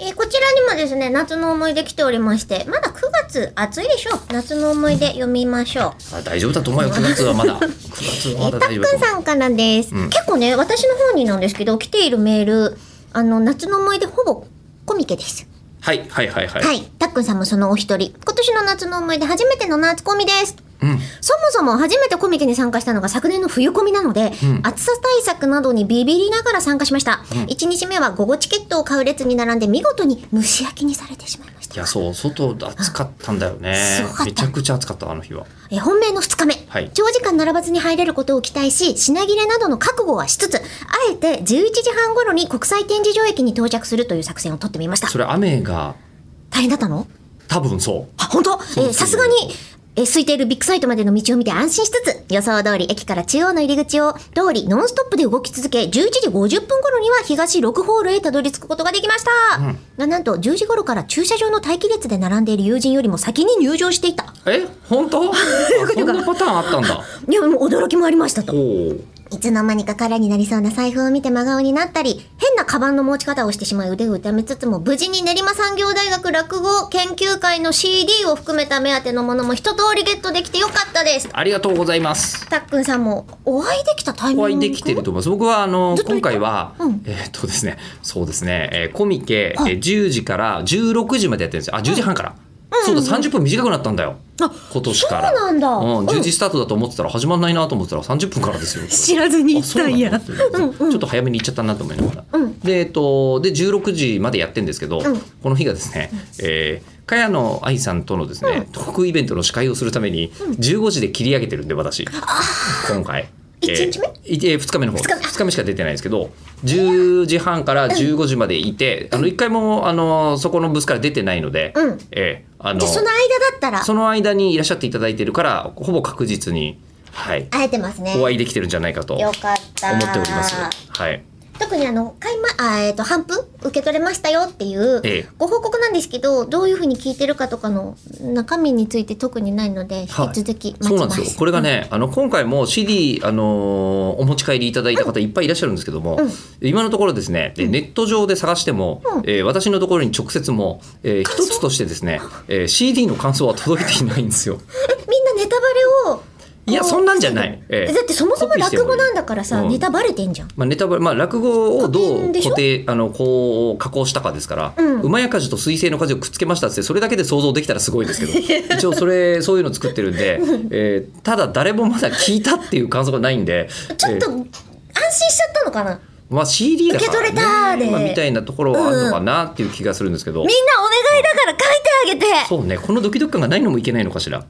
えーこちらにもですね、夏の思い出来ておりまして、まだ9月暑いでしょう。夏の思い出読みましょう。あ大丈夫だと思うよ9月はまだ9月えはまーだたっ大丈夫くだんと思うさんからです、うん結構ね、私の方になんですけど、来ているメール、あの、夏の思い出ほぼコミケです。はいはいはいはい、はい。たっくんさんもそのお一人。今年の夏の思い出、初めての夏コミです。うんそもそも初めてコミケに参加したのが昨年の冬コミなので、うん暑さ対策などにビビりながら参加しました。うん1日目は午後チケットを買う列に並んで見事に蒸し焼きにされてしまいましいたや。そう外暑かったんだよすねごかっためちゃくちゃ暑かったあの日はえ本命の2日目、はい長時間並ばずに入れることを期待し品切れなどの覚悟はしつつあえて11時半頃に国際展示場駅に到着するという作戦を取ってみましたそれ雨が大変だったの多分そうあ本当うえーさすがにえー空いているビッグサイトまでの道を見て安心しつつ予想通り駅から中央の入り口を通りノンストップで動き続け11時50分頃には東6ホールへたどり着くことができました、うんななんと10時頃から駐車場の待機列で並んでいる友人よりも先に入場していたえ 本当あそんなパターンあったんだいやもう驚きもありましたとほういつの間にか空になりそうな財布を見て真顔になったり、変なカバンの持ち方をしてしまい腕を痛めつつも、無事に練馬産業大学落語研究会の CD を含めた目当てのものも一通りゲットできてよかったです。ありがとうございますたっくんさんもお会いできたタイミンおグ会いできてると思います。僕はあのずっと今いた回は、うんえーっとですね、そうですね、えーコミケ、はいえー10時から16時までやってるんですよ。あ、10時半から。そうだ、30分短くなったんだよ。あ今年から。そうなんだうん、10う時スタートだと思ってたら始まんないなと思ってたら30分から ですよ。知らずにあそうなんだと思ってうんうんちょっと早めに行っちゃったなと思いながら。うんで、えーっと、で、16時までやってるんですけど、うんこの日がですね、えー、茅野愛さんとのですね、トークイベントの司会をするために、15時で切り上げてるんで、私。今回。一日目えーいえー二日目の方二日目2日目しか出てないんですけど10時半から15時までいて、あの1回もあのそこのブースから出てないので、うんえーあのじゃあその間だったらその間にいらっしゃっていただいてるからほぼ確実に、はい、会えてますね。お会いできてるんじゃないかと思よっかった。ております。はい、特にあの買いまあえっ、と半分受け取れましたよっていうええご報告なんですけど、どういうふうに聞いてるかとかの中身について特にないので引きはい続き待ちます。そうなんですよこれがね、あの今回も CD、あのーお持ち帰りいただいた方いっぱいいらっしゃるんですけども、うん今のところですね、でネット上で探しても、うんえー私のところに直接も、えー一つとしてですね、えー CD の感想は届いていないんで すよ。みんなネタバレをいやこうそんなんじゃないええだってそもそもコピーして落も語なんだからさ、うんネタバレてんじゃん。まあ、ネタバレ、まあ、落語をど古典うでしょ固定あのこう加工したかですから、うん馬やかじと水星の舵をくっつけましたってそれだけで想像できたらすごいですけど一応それそういうの作ってる んで、えーただ誰もまだ聞いたっていう感想がないんでちょっとえ安ー心しちゃったのかな。みんなまあ、CD だから、ね、受け取れたーでまあ、みたいなところはあるのかなっていう気がするんですけど、お願いだから書いてあげて。そうねこのドキドキ感がないのもいけないのかしら